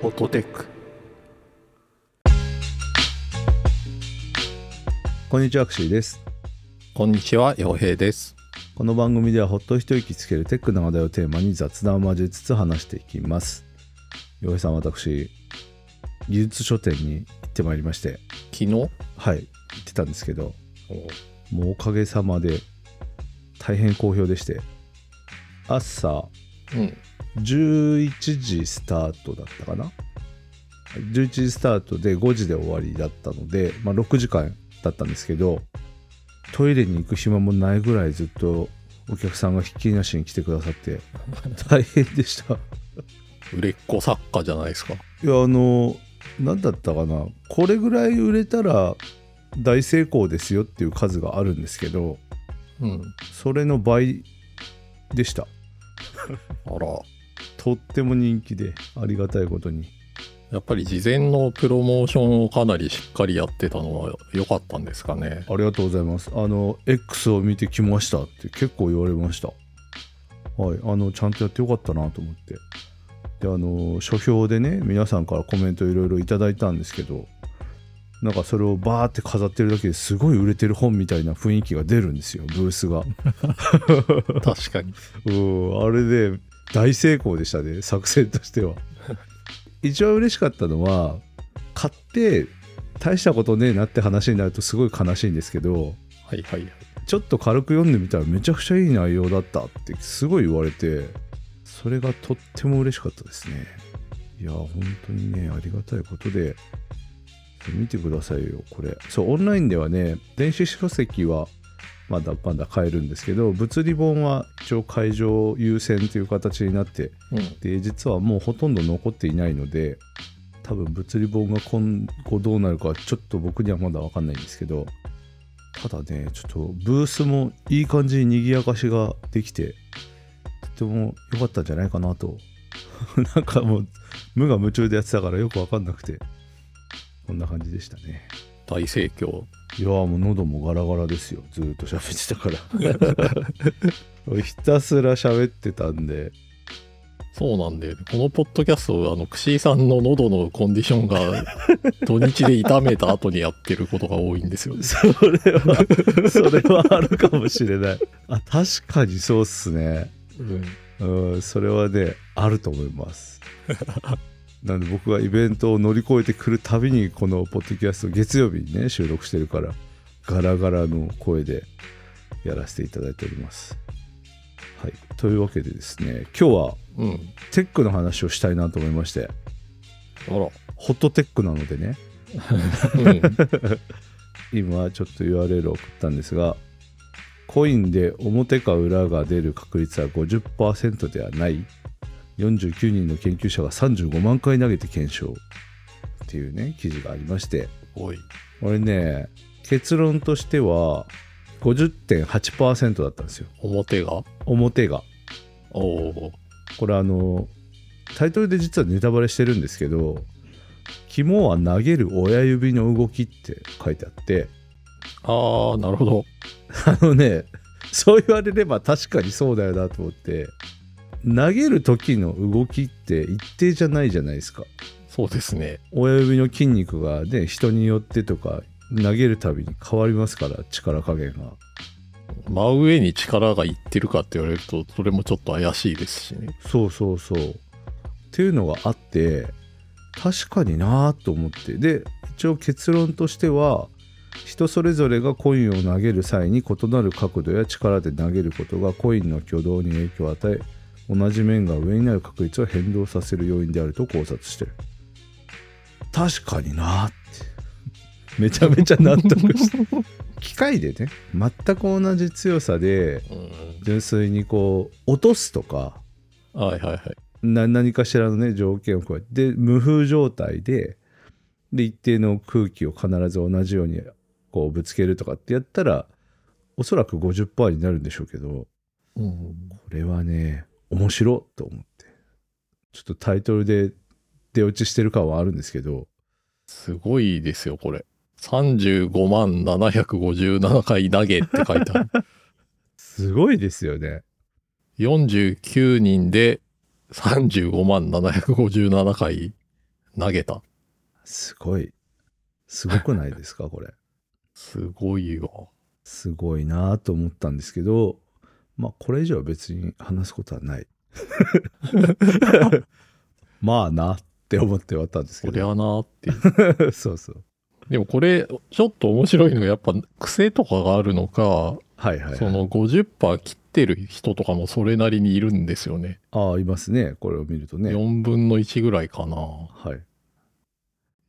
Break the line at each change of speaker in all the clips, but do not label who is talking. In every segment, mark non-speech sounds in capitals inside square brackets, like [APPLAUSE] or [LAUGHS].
フォトテック
こんにちは、アクシーです。
こんにちは洋平です
この番組ではほっと一息つけるテックな話題をテーマに雑談を交えつつ話していきます。洋平さん、私、技術書店に行ってまいりまして、
昨日
はい、行ってたんですけど、もうおかげさまで大変好評でして、朝
うん
11時スタートだったかな11時スタートで5時で終わりだったので、まあ、6時間だったんですけどトイレに行く暇もないぐらいずっとお客さんがひっきりなしに来てくださって大変でしたい
売れっ子作家じゃないですか
やあの何だったかなこれぐらい売れたら大成功ですよっていう数があるんですけど
うん
それの倍でした
あら
とっても人気でありがたいことに
やっぱり事前のプロモーションをかなりしっかりやってたのは良かったんですか [LAUGHS] ね
ありがとうございます。あの、X を見てきましたって結構言われました。はい、あの、ちゃんとやってよかったなと思って。で、あの、書評でね、皆さんからコメントいろいろいただいたんですけど、なんかそれをバーって飾ってるだけですごい売れてる本みたいな雰囲気が出るんですよ、ブースが。
確かに
うん、あれで大成功でしたね作戦としては一番嬉しかったのは買って大したことねえなって話になるとすごい悲しいんですけど
はいはいはい
ちょっと軽く読んでみたらめちゃくちゃいい内容だったってすごい言われてそれがとっても嬉しかったですねいや本当にねありがたいことで見てくださいよこれそうオンラインではね電子書籍はまだまだ買えるんですけど物理本は一応会場優先という形になって
うん
で実はもうほとんど残っていないので多分物理本が今後どうなるかはちょっと僕にはまだ分かんないんですけどただねちょっとブースもいい感じに賑やかしができてとても良かったんじゃないかなと [LAUGHS] なんかもう無我夢中でやってたからよく分かんなくてこんな感じでしたね
大盛況
いやーもう喉もガラガラですよずーっと喋ってたから [LAUGHS] ひたすら喋ってたんで
そうなんで、このポッドキャスト、あの、クシーさんの喉のコンディション [LAUGHS] が土日で痛めた後にやってることが多いんですよ。
[LAUGHS] それは、それはあるかもしれない。あ、確かにそうっすね。
うん、
うん、それはね、あると思います。なんで僕がイベントを乗り越えてくるたびに、このポッドキャスト、月曜日にね、収録してるから、ガラガラの声でやらせていただいております。はい。というわけでですね、今日は
うん。
テックの話をしたいなと思いまして、
あ
ホットテックなのでね、
ら。うん。
今ちょっと URL を送ったんですがコインで表か裏が出る確率は50%ではない49人の研究者が35万回投げて検証っていうね記事がありまして
[LAUGHS] おい。
俺ね結論としては50.8%だったんですよ
表が
表が
おお。
これあのタイトルで実はネタバレしてるんですけど「肝は投げる親指の動き」って書いてあって
ああ、なるほど。
あのね、そう言われれば確かにそうだよなと思って、投げる時の動きって一定じゃないじゃないですか。
そうですね。
親指の筋肉がね、人によってとか、投げるたびに変わりますから、力加減が。
真上に力がいってるかって言われると、それもちょっと怪しいですしね。
そうそうそう。っていうのがあって、確かになぁと思って。で、一応結論としては、人それぞれがコインを投げる際に異なる角度や力で投げることがコインの挙動に影響を与え、同じ面が上になる確率を変動させる要因であると考察してる。確かになぁって。めちゃめちゃ [LAUGHS] 納得した。
[LAUGHS]
機械でね、全く同じ強さ
う
で、
ん。
純粋にこう、落とすとか、
はいはいはい。
な何かしらのね条件を加えてで無風状態でで一定の空気を必ず同じようにこうぶつけるとかってやったらおそらく50%になるんでしょうけど
うん。
これはね面白いと思ってちょっとタイトルで出落ちしてる感はあるんですけど
すごいですよ、これ。35万757回投げって書いて
[LAUGHS]
ある。
すごいですよね
49人で35万757回投げた。
すごい。すごくないですか、これ。
すごいよ。
すごいなと思ったんですけど、まあ、これ以上は別に話すことは
[LAUGHS]
ない。まあなって思って終わったんですけ
そり
ど。
ゃなーっていう。
そうそう。
でもこれ、ちょっと面白いのが、やっぱ癖とかがあるのか、
はいはい、
その50%切ってる人とかもそれなりにいるんですよね。
ああ、いますね。これを見るとね。
4分の1ぐらいかな。
はい。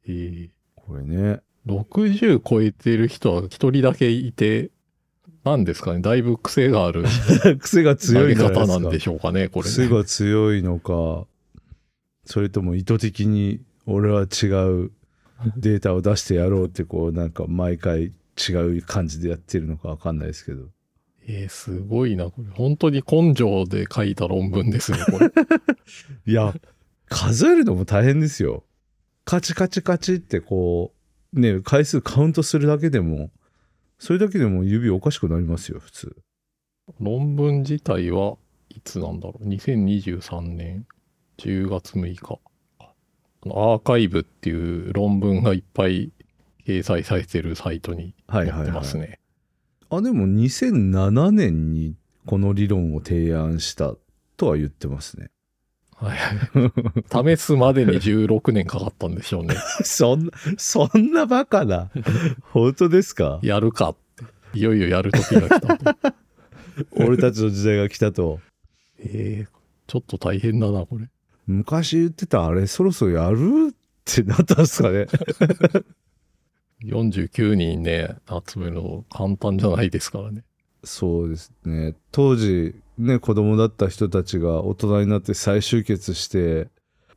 えー
これね。 [LAUGHS]
60超えてる人は1人だけいて、なんですかね、だいぶ癖がある
癖が
投
強
げ
いんじゃない
方
で
な
す
ん
か
でしょうかね、これ
癖
ね。
が強いのか、それとも意図的に俺は違うデータを出してやろうって、こう、なんか毎回違う感じでやってるのかわかんないですけど。
えーすごいな、これ。本当に根性で書いた論文ですね、
[LAUGHS]
これ。
いや、数えるのも大変ですよ。カチカチカチってこう、ね、回数カウントするだけでも、それだけでも指おかしくなりますよ、普通。
論文自体はいつなんだろう2023年10月6日あのアーカイブっていう論文がいっぱい掲載されてるサイトに
はい
載
は
っ
い、
て
は
ま
い
すね、。
あ、でも2007年にこの理論を提案したとは言ってますね。 [LAUGHS]
はい、試すまでに16年かかったんでしょうね
そんな、そんなバカな。 [LAUGHS] 本当ですか
やるかっていよいよやる時が来たと
俺たちの時代が来たと。
[LAUGHS] えーちょっと大変だなこれ
昔言ってたあれそろそろやるってなったんですかね。
49人ね集めるの簡単じゃないですからね
そうですね。当時、ね、子供だった人たちが大人になって再集結して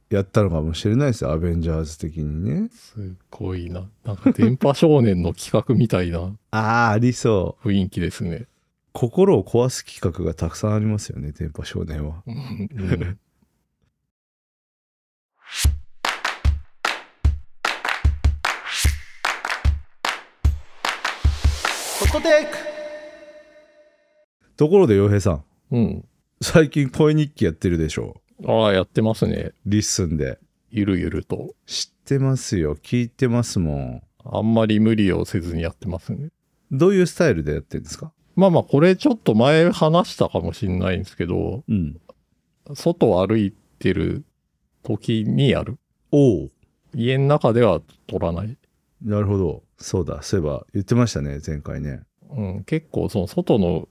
やったのかもしれないですよ。アベンジャーズ的にね。
すごいななんか電波少年の企画みたいな [LAUGHS]
ああ、ありそう。
雰囲気ですね
心を壊す企画がたくさんありますよね、電波少年は。
うん
ところで、洋平さん。
うん。
最近声日記やってるでしょ
ああ、やってますね。
リッスンで。
ゆるゆると。
知ってますよ。聞いてますもん。
あんまり無理をせずにやってますね。
どういうスタイルでやってるんですか
まあまあ、これちょっと前話したかもしんないんですけど、
うん。
外を歩いてる時にやる。
おお。
家の中では撮らない。
なるほど。そうだ。そういえば言ってましたね、前回ね。
うん。結構、その外の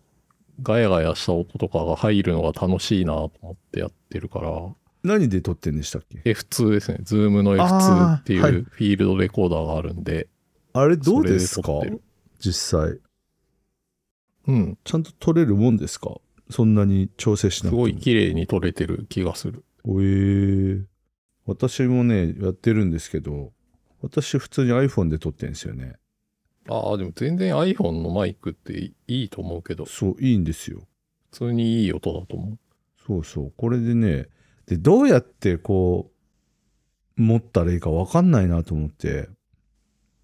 ガヤガヤした音とかが入るのが楽しいなと思ってやってるから、
何で撮ってんでしたっけ
F2 ですね。ズームの F2 っていう
あーはい
フィールドレコーダーがあるんで、
あれどうですか
それで撮って
実際。
うん。
ちゃんと撮れるもんですかそんなに調整し
す
なくても。
ごい綺麗に撮れてる気がする。
おえー私もね、やってるんですけど、私普通に iPhone で撮ってるんですよね。
ああ、でも全然 iPhone のマイクっていいと思うけど、
そう、いいんですよ。
普通にいい音だと思
そうそう。これでね、で、どうやってこう、持ったらいいか分かんないなと思って、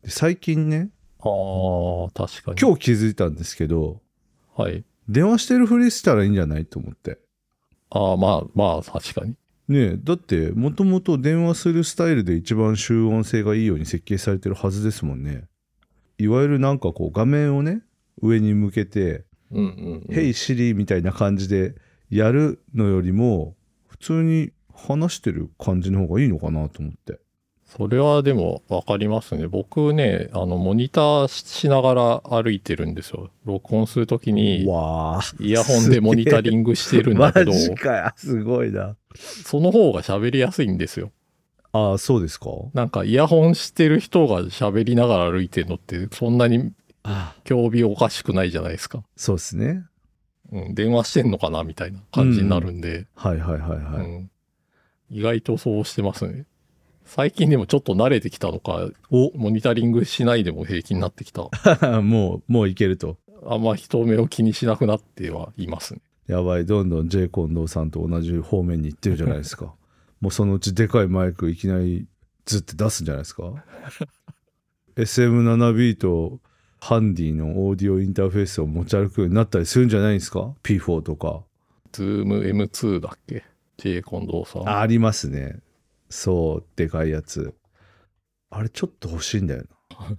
で最近ね、
う。ああ、確かに。
今日気づいたんですけど、
日はい。
電話してるふりしたらいいんじゃないと思って。
ああ、まあまあ、確かに。
ねえ、だって、もともと電話するスタイルで一番集音性がいいように設計されてるはずですもんね。いわゆるなんかこう画面をね、上に向けて、
うんうん、うん。
ヘイ Siri みたいな感じでやるのよりも、普通に話してる感じの方がいいのかなと思って。
それはでも分かりますね。僕ね、あの、モニターしながら歩いてるんですよ。録音するときに、
わあ、
イヤホンでモニタリングしてるんだけど、
かよ。すごいな。
その方が喋りやすいんですよ。
ああ、そうですか
なんか、イヤホンしてる人が喋りながら歩いてるのって、そんなに
ああ、
興味おかしくないじゃないですか。
そうですね。
うん、電話してんのかなみたいな感じになるんで、
はいはいはいはい。
うん意外とそうしてますね。最近でもちょっと慣れてきたのか、モニタリングしないでも平気になってきた。
お [LAUGHS] もう、もういけると。
あんま人目を気にしなくなってはいますね。
やばい、どんどん J コンドーさんと同じ方面に行ってるじゃないです [LAUGHS] か。もうそのうちでかいマイクいきなりずって出すんじゃないですか。SM7B とハンディのオーディオインターフェースを持ち歩くようになったりするんじゃないですか ?P4 とか。
ズーム M2 だっけ ?J 近藤さん。
ありますね。そうでかいやつあれちょっと欲しいんだよな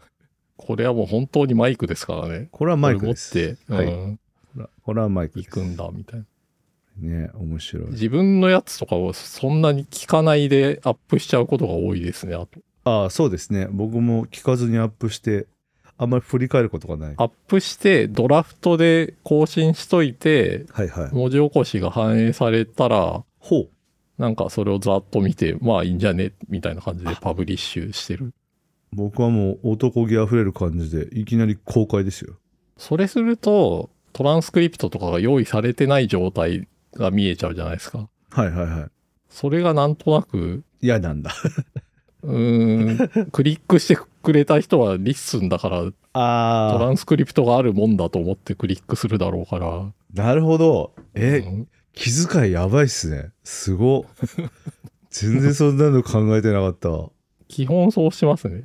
これはもう本当にマイクですからね。
これはマイク
これ持
で
っ
す
て、うん
はいこれはこれはマイクで
行
す
くんだみたいな。
ね面白い
自分のやつとかをそんなに聞かないでアップしちゃうことが多いですね。あと
ああそうですね僕も聞かずにアップしてあんまり振り返ることがない
アップしてドラフトで更新しといて、
はいはい
文字起こしが反映されたら、
ほう
なんかそれをざっと見て、まあいいんじゃねみたいな感じでパブリッシュしてる。
僕はもう男気あふれる感じでいきなり公開ですよ
それすると、トランスクリプトとかが用意されてない状態が見えちゃうじゃないですか。
はいはいはい
それがなんとなく
嫌なんだ
うー
[LAUGHS]
んクリックしてくれた人はリッスンだから、トラ
ああ
ンスクリプトがあるもんだと思ってクリックするだろうから。
なるほどえ、
うん
気遣いやばいっすねすご全然そんなの考えてなかった
基本そうしますね。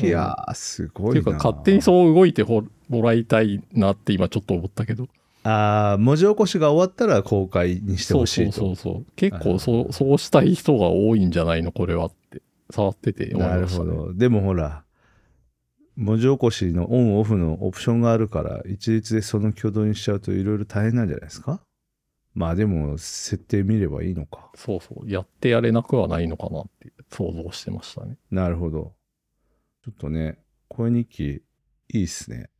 いやーす
っ
ご
て
い
い
な
うか、勝手にそう動いてほもらいたいなって今ちょっと思ったけど。
ああ文字起こしが終わったら公開にして
そう
ほし
そ
いうと
そうそう。結
はいはい
構そう、そうしたい人が多いんじゃないの、これはって。触ってて思い
なる
ました、
ほ
ね。
どでもほら文字起こしのオンオフのオプションがあるから一律でその挙動にしちゃうといろいろ大変なんじゃないですかまあでも設定見ればいいのか
そうそう。やってやれなくはないのかなって想像してましたね。
なるほどちょっとね声日記いいっすね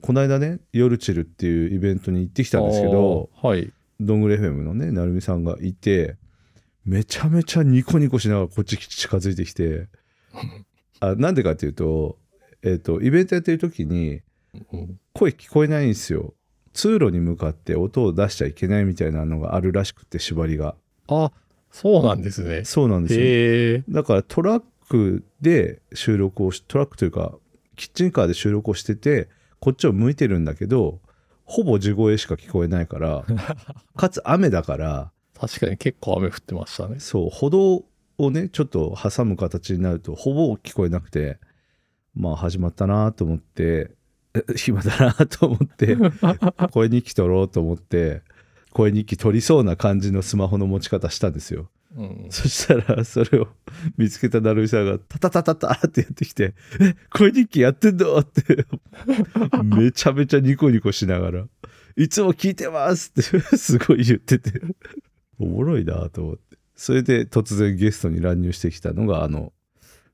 こないだね「夜チル」っていうイベントに行ってきたんですけど
あー。はい。
どんぐり FM のねなるみさんがいてめちゃめちゃニコニコしながらこっち近づいてきてあなんでかっていうと,、えっとイベントやってる時に
うん
声聞こえないんですよ通路に向かって音を出しちゃいけないみたいなのがあるらしくて縛りが
あ、そうなんですね。
そうなんですよ
へえ。
だからトラックで収録をしトラックというかキッチンカーで収録をしててこっちを向いてるんだけどほぼ地声しか聞こえないから
[LAUGHS]
かつ雨だから
確かに結構雨降ってましたね。
そう歩道をねちょっと挟む形になるとほぼ聞こえなくてまあ始まったなと思ってえ [LAUGHS] 暇だなと思って声日記取ろうと思って声日記取りそうな感じのスマホの持ち方したんですよ
うん、
そしたらそれを見つけた成美さんがタタタタタってやってきて「え声日記やってんの?」ってめちゃめちゃニコニコしながら「いつも聞いてます」ってすごい言ってておもろいなと思ってそれで突然ゲストに乱入してきたのがあの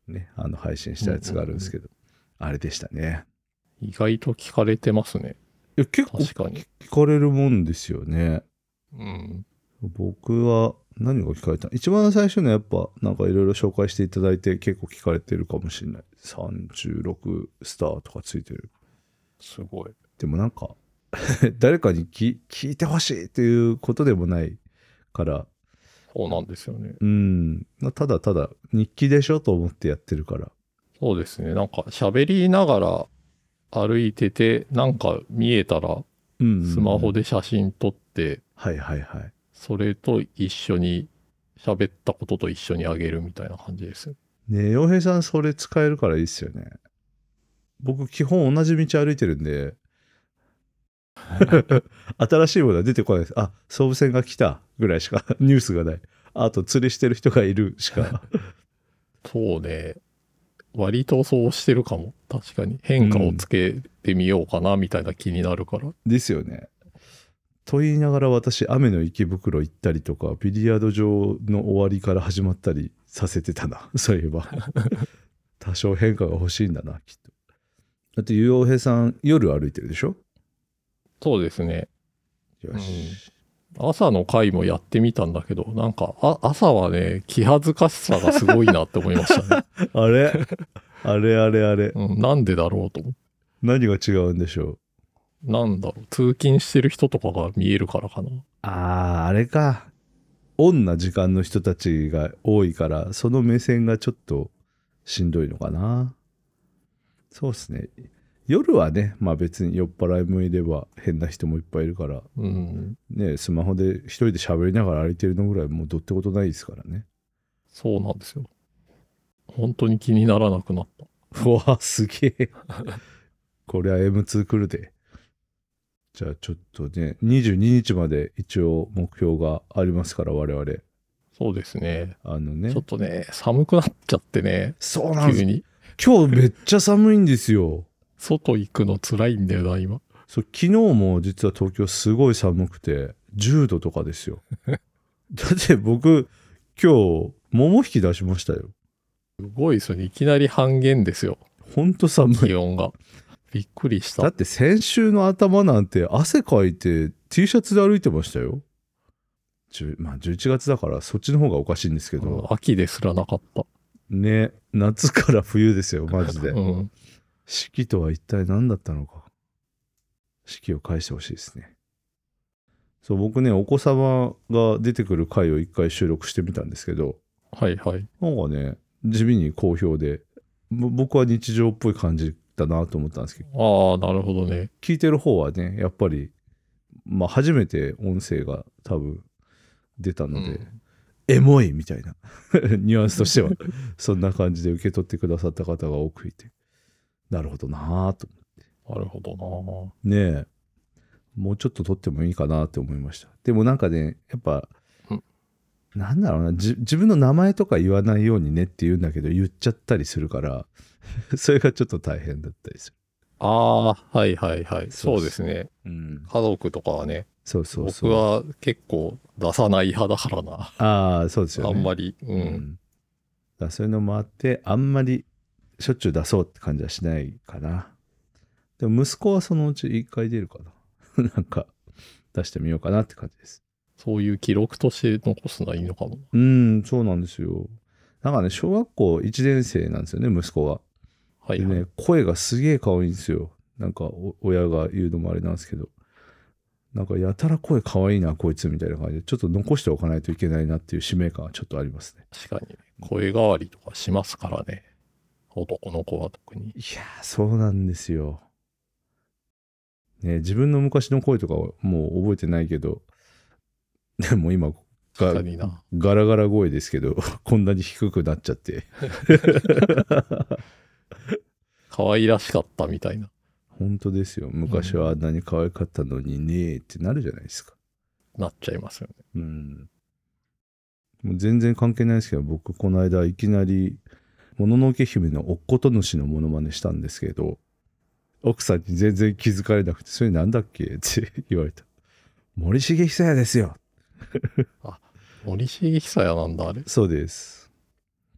ねあの配信したやつがあるんですけど、あれでしたね
意外と聞かれてますね。
いや結構
確かに。
聞かれるもんですよね
うん。
僕は何が聞かれた一番最初のやっぱなんかいろいろ紹介していただいて結構聞かれてるかもしれない36スターとかついてる
すごい。
でもなんか [LAUGHS] 誰かに聞聞いてほしいっていうことでもないから
そうなんですよね。
うんただただ日記でしょと思ってやってるから
そうですね。なんか喋りながら歩いてて、なんか見えたら
うん
スマホ
で
で写真撮って、
はいはいはい
それと一緒に喋ったことと一緒にあげるみたいな感じですね。
ねえ洋平さんそれ使えるからいいっすよね僕基本同じ道歩いてるんで新しいものは出てこないですあ総武線が来たぐらいしか [LAUGHS] ニュースがないあと釣りしてる人がいるしか
そうね。割とそうしてるかも。確かに。変化をつけてみようかなみたいな気になるから。
ですよねと言いながら私雨の池袋行ったりとかビリヤード場の終わりから始まったりさせてたな [LAUGHS] そういえば多少変化が欲しいんだなきっとだって洋平さん夜歩いてるでしょ
そうですね。
よし、
朝の回もやってみたんだけど、なんか、あ朝はね、気恥ずかしさがすごいなって思いました
[LAUGHS]
ね。
あれあれあれあれ
うん、なんでだろうと思って。
何が違うんでしょう
なんだろう、通勤してる人とかが見えるからかな。
あああれかオンな時間の人たちが多いからその目線がちょっとしんどいのかなそうですね夜はねまあ別に酔っ払いもいれば変な人もいっぱいいるから
うん、
ねスマホで一人で喋りながら歩いてるのぐらいもうどってことないですからね
そうなんですよ。本当に気にならなくなった。
[LAUGHS] うわすげえこりゃ M2 来るでじゃあちょっとね22日まで一応目標がありますから我々
そうですね。
あのね
ちょっとね、寒くなっちゃってね、
そうなんで
急
す
に。
今日めっちゃ寒いんですよ
外行くの辛いんだよな、今。
そう昨日も実は東京すごい寒くて10度とかで
[LAUGHS]
すよだって僕今日桃引き出しましたよ
すごいですよね。いきなり半減です
[LAUGHS]
よ、
ほんと寒い
気温が。びっくりし。
だったて先週の頭なんて汗かいて T シャツで歩いてましたよ10まあ11月だからそっちの方がおかしいんですけど
秋ですらなかった。
ね夏から冬ですよマ
[LAUGHS]
ジで
うん。
四季とは一体何だったのか四季を返してほしいですねそう僕ねお子様が出てくる回を一回収録してみたんですけど
はいはい。
なんかね地味に好評でぼ僕は日常っぽい感じだなと思ったんですけど
ああ、なるほどね。
聞いてる方はねやっぱり、まあ、初めて音声が多分出たので、
うん
エモいみたいな [LAUGHS] ニュアンスとしては [LAUGHS] そんな感じで受け取ってくださった方が多くいてなるほどなぁと
なるほど
ねえもうちょっと撮ってもいいかなって思いましたでもなんかねやっぱ、
うん
なんだろうなじ自分の名前とか言わないようにねって言うんだけど言っちゃったりするから [LAUGHS] それがちょっと大変だったりす
な。ああ、はいはいはい。
そ
そうう
そう
ですね。
る、うん、
家族とかはね、
そうそうそう
僕は結構出さない派だからな。
ああそうですよね
あんまり。う。
うんん、だからそういうのもあってあんまりしょっちゅう出そうって感じはしないかなでも息子はそのうち一回出るかな [LAUGHS] なんか出してみようかなって感じです
そういう記録として残すのはいいのかも。
うん、そうなんですよ。なんかね、小学校1年生なんですよね、息子は。
はい
で
はい。
ね、声がすげえ可愛いんですよ。なんかお、親が言うのもあれなんですけど。なんか、やたら声可愛いな、こいつみたいな感じで、ちょっと残しておかないといけないなっていう使命感はちょっとありますね。
確かに、ね、声変わりとかしますからね。男の子は特に。
いやー、そうなんですよ。ね、自分の昔の声とかはもう覚えてないけど、 [LAUGHS] でも今、
確かにな。
ガラガラ声ですけど、 [LAUGHS] こんなに低くなっちゃって。
可愛らしかったみたいな。
本当ですよ昔はあんなに可愛かったのにねえってなるじゃないですか
なっちゃいますよね。
うんもう全然関係ないですけど僕この間いきなり「もののけ姫のおっことぬし」のモノマネしたんですけど奥さんに全然気づかれなくて「それなんだっけ?」って言われた「森重久也ですよ
森重久也なんだ、あれ」。
そうです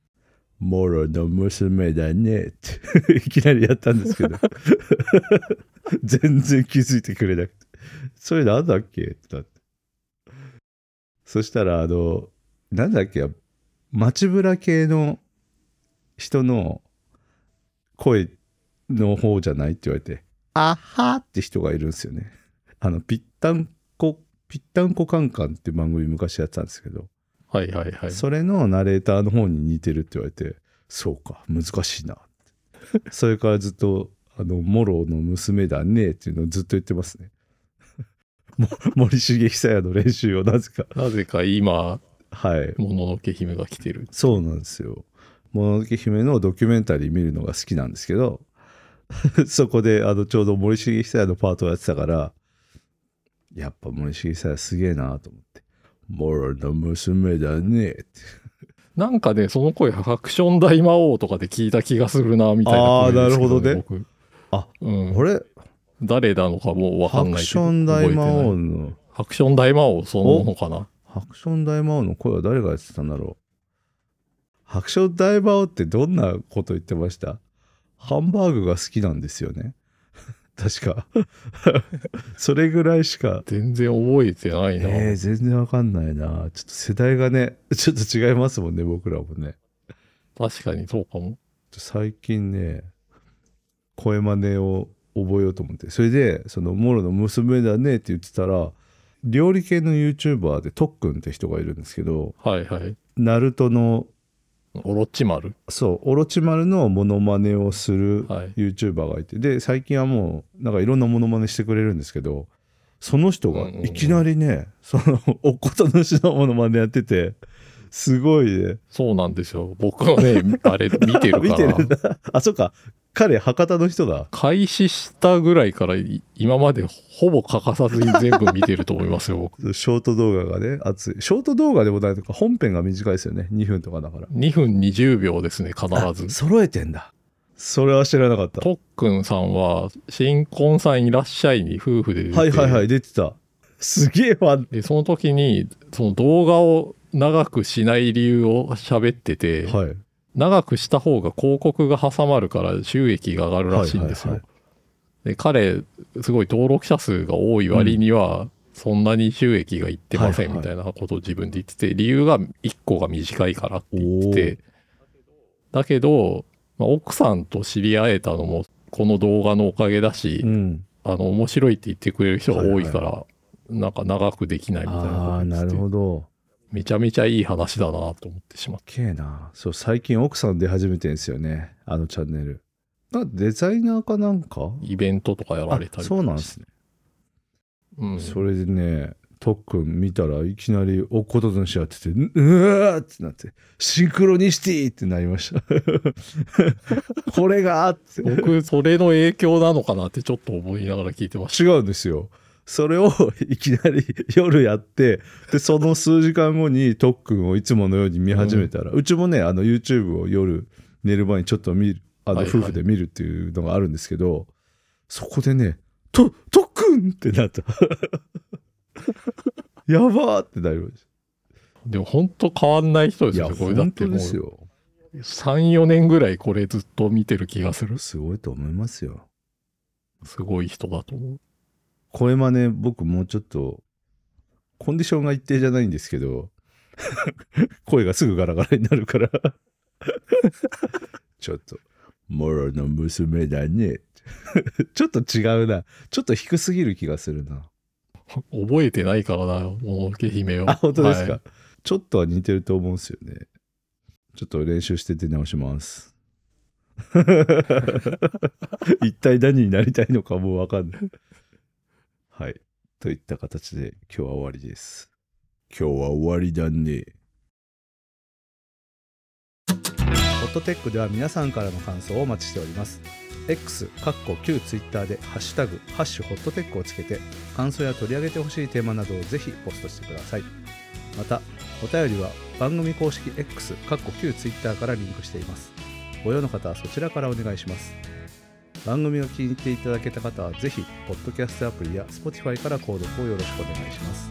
「モロの娘だね」 [LAUGHS] っていきなりやったんですけど [LAUGHS] 全然気づいてくれなくて「それなんだっけ?」ってなってそしたらあのなんだっけ街ぶら系の人の声の方じゃないって言われて「あは」って人がいるんですよね。あのぴったんこぴったんこカンカンって番組昔やってたんですけど
はいはいはい。
それのナレーターの方に似てるって言われてそうか難しいなってそれからずっと「あのモロの娘だね」っていうのをずっと言ってますね [LAUGHS] も森重久也の練習をなぜか
なぜか今、
はい
もののけ姫が来てる。
そうなんですよ「もののけ姫」のドキュメンタリー見るのが好きなんですけど [LAUGHS] そこであのちょうど森重久也のパートをやってたからやっぱ森重久也すげえなと思って「モロの娘だね」って
なんかね、その声、ハクション大魔王とかで聞いた気がするな、みたいな
あー
声ですけ、
なる
僕
あ、
うん。
あれ
誰なのかもうわかんな
ハ
いけど。
クション大魔
覚えてな
王
い。
の
ハクション大魔王、そのものかな。
ハクション大魔王の声は誰がやってたんだろうハクション大魔王ってどんなこと言ってましたハンバーグが好きなんですよね [LAUGHS] 確か [LAUGHS] それぐらいしか
全然覚えてないな。
えー、全然わかんないなちょっと世代がねちょっと違いますもんね僕らもね
確かにそうかも。
最近ね声真似を覚えようと思ってそれでその「モロの娘だね」って言ってたら料理系の YouTuber でとっくんって人がいるんですけど
はいはい。
ナルトの
オロチマル。
そうオロチマルのモノマネをする
はい
YouTuber がいて、で最近はもうなんかいろんなモノマネしてくれるんですけどその人
う
が
んうんうん
いきなりね、そのおことのしのモノマネやっててすごいね [LAUGHS]
そうなんですよ。僕はね、あれ見てるから。
見てるんだあそっか彼博多の人だ
開始したぐらいからい今までほぼ欠かさずに全部見てると思いますよ、僕。
ショート動画がね熱いショート動画でもないとか本編が短いですよね2分とかだから
2分20秒ですね、必ず
あ。揃えてんだそれは知らなかった
とっくんさんは、新婚さんいらっしゃいに夫婦で出て、
はいはいはい出てたすげえファン
で、その時に、その動画を長くしない理由を喋ってて、
はい
長くした方が広告が挟まるから収益が上がるらしいんですよ。
はいはい
で彼すごい登録者数が多い割には、そんなに収益がいってません
はいは
み
い
たいなことを自分で言ってて理由が1個が短いからって言っててだけど、まあ、奥さんと知り合えたのもこの動画のおかげだし、
うん
あの面白いって言ってくれる人が多いから、なんか長くできないみたいなこと
あ
を
あー
言っ
な
て
る
て
ほど
めちゃめちゃいい話だなと思ってしまっ
けえなそう最近奥さん出始めてんですよねあのチャンネルあデザイナーかなんか
たイベントとかやられたり
あ
とか
そうなんですね、
うん
それでねとっくん見たらいきなりおことずしやっててんうわーってなってシンクロニシティってなりました [LAUGHS] これがーって
僕それの影響なのかなってちょっと思いながら聞いてまし
違うんですよそれをいきなり夜やってでその数時間後にとっくんをいつものように見始めたら、うちもねあの YouTube を夜寝る前にちょっと見るあ
は
の
いはい
夫婦で見るっていうのがあるんですけど、そこでね「ととっくん!」ってなった [LAUGHS] やばーってなりました
でも本当変わんない人で
た
す
いや
よねこれだっ
本
て
当
もう
ですよ
34年ぐらいこれずっと見てる気がする
すごいと思いますよ
すごい人だと思う
これまね僕もうちょっとコンディションが一定じゃないんですけど [LAUGHS] 声がすぐガラガラになるから [LAUGHS] ちょっと「モロの娘だね」ちょっと違うなちょっと低すぎる気がするな
覚えてないからなもののけ姫を
あ本当ですか、
はい
ちょっとは似てると思うんですよねちょっと練習して出直します [LAUGHS] 一体何になりたいのかもうわかんないはいといった形で今日は終わりです今日は終わりだねホットテックでは皆さんからの感想をお待ちしております X かっこ旧 Twitter で「ハッシュタグハッシュホットテック」をつけて感想や取り上げてほしいテーマなどをぜひポストしてくださいまたお便りは番組公式 X かっこ旧 Twitter からリンクしていますご用の方はそちらからお願いします番組を気に入っていただけた方はぜひポッドキャストアプリや Spotify から購読をよろしくお願いします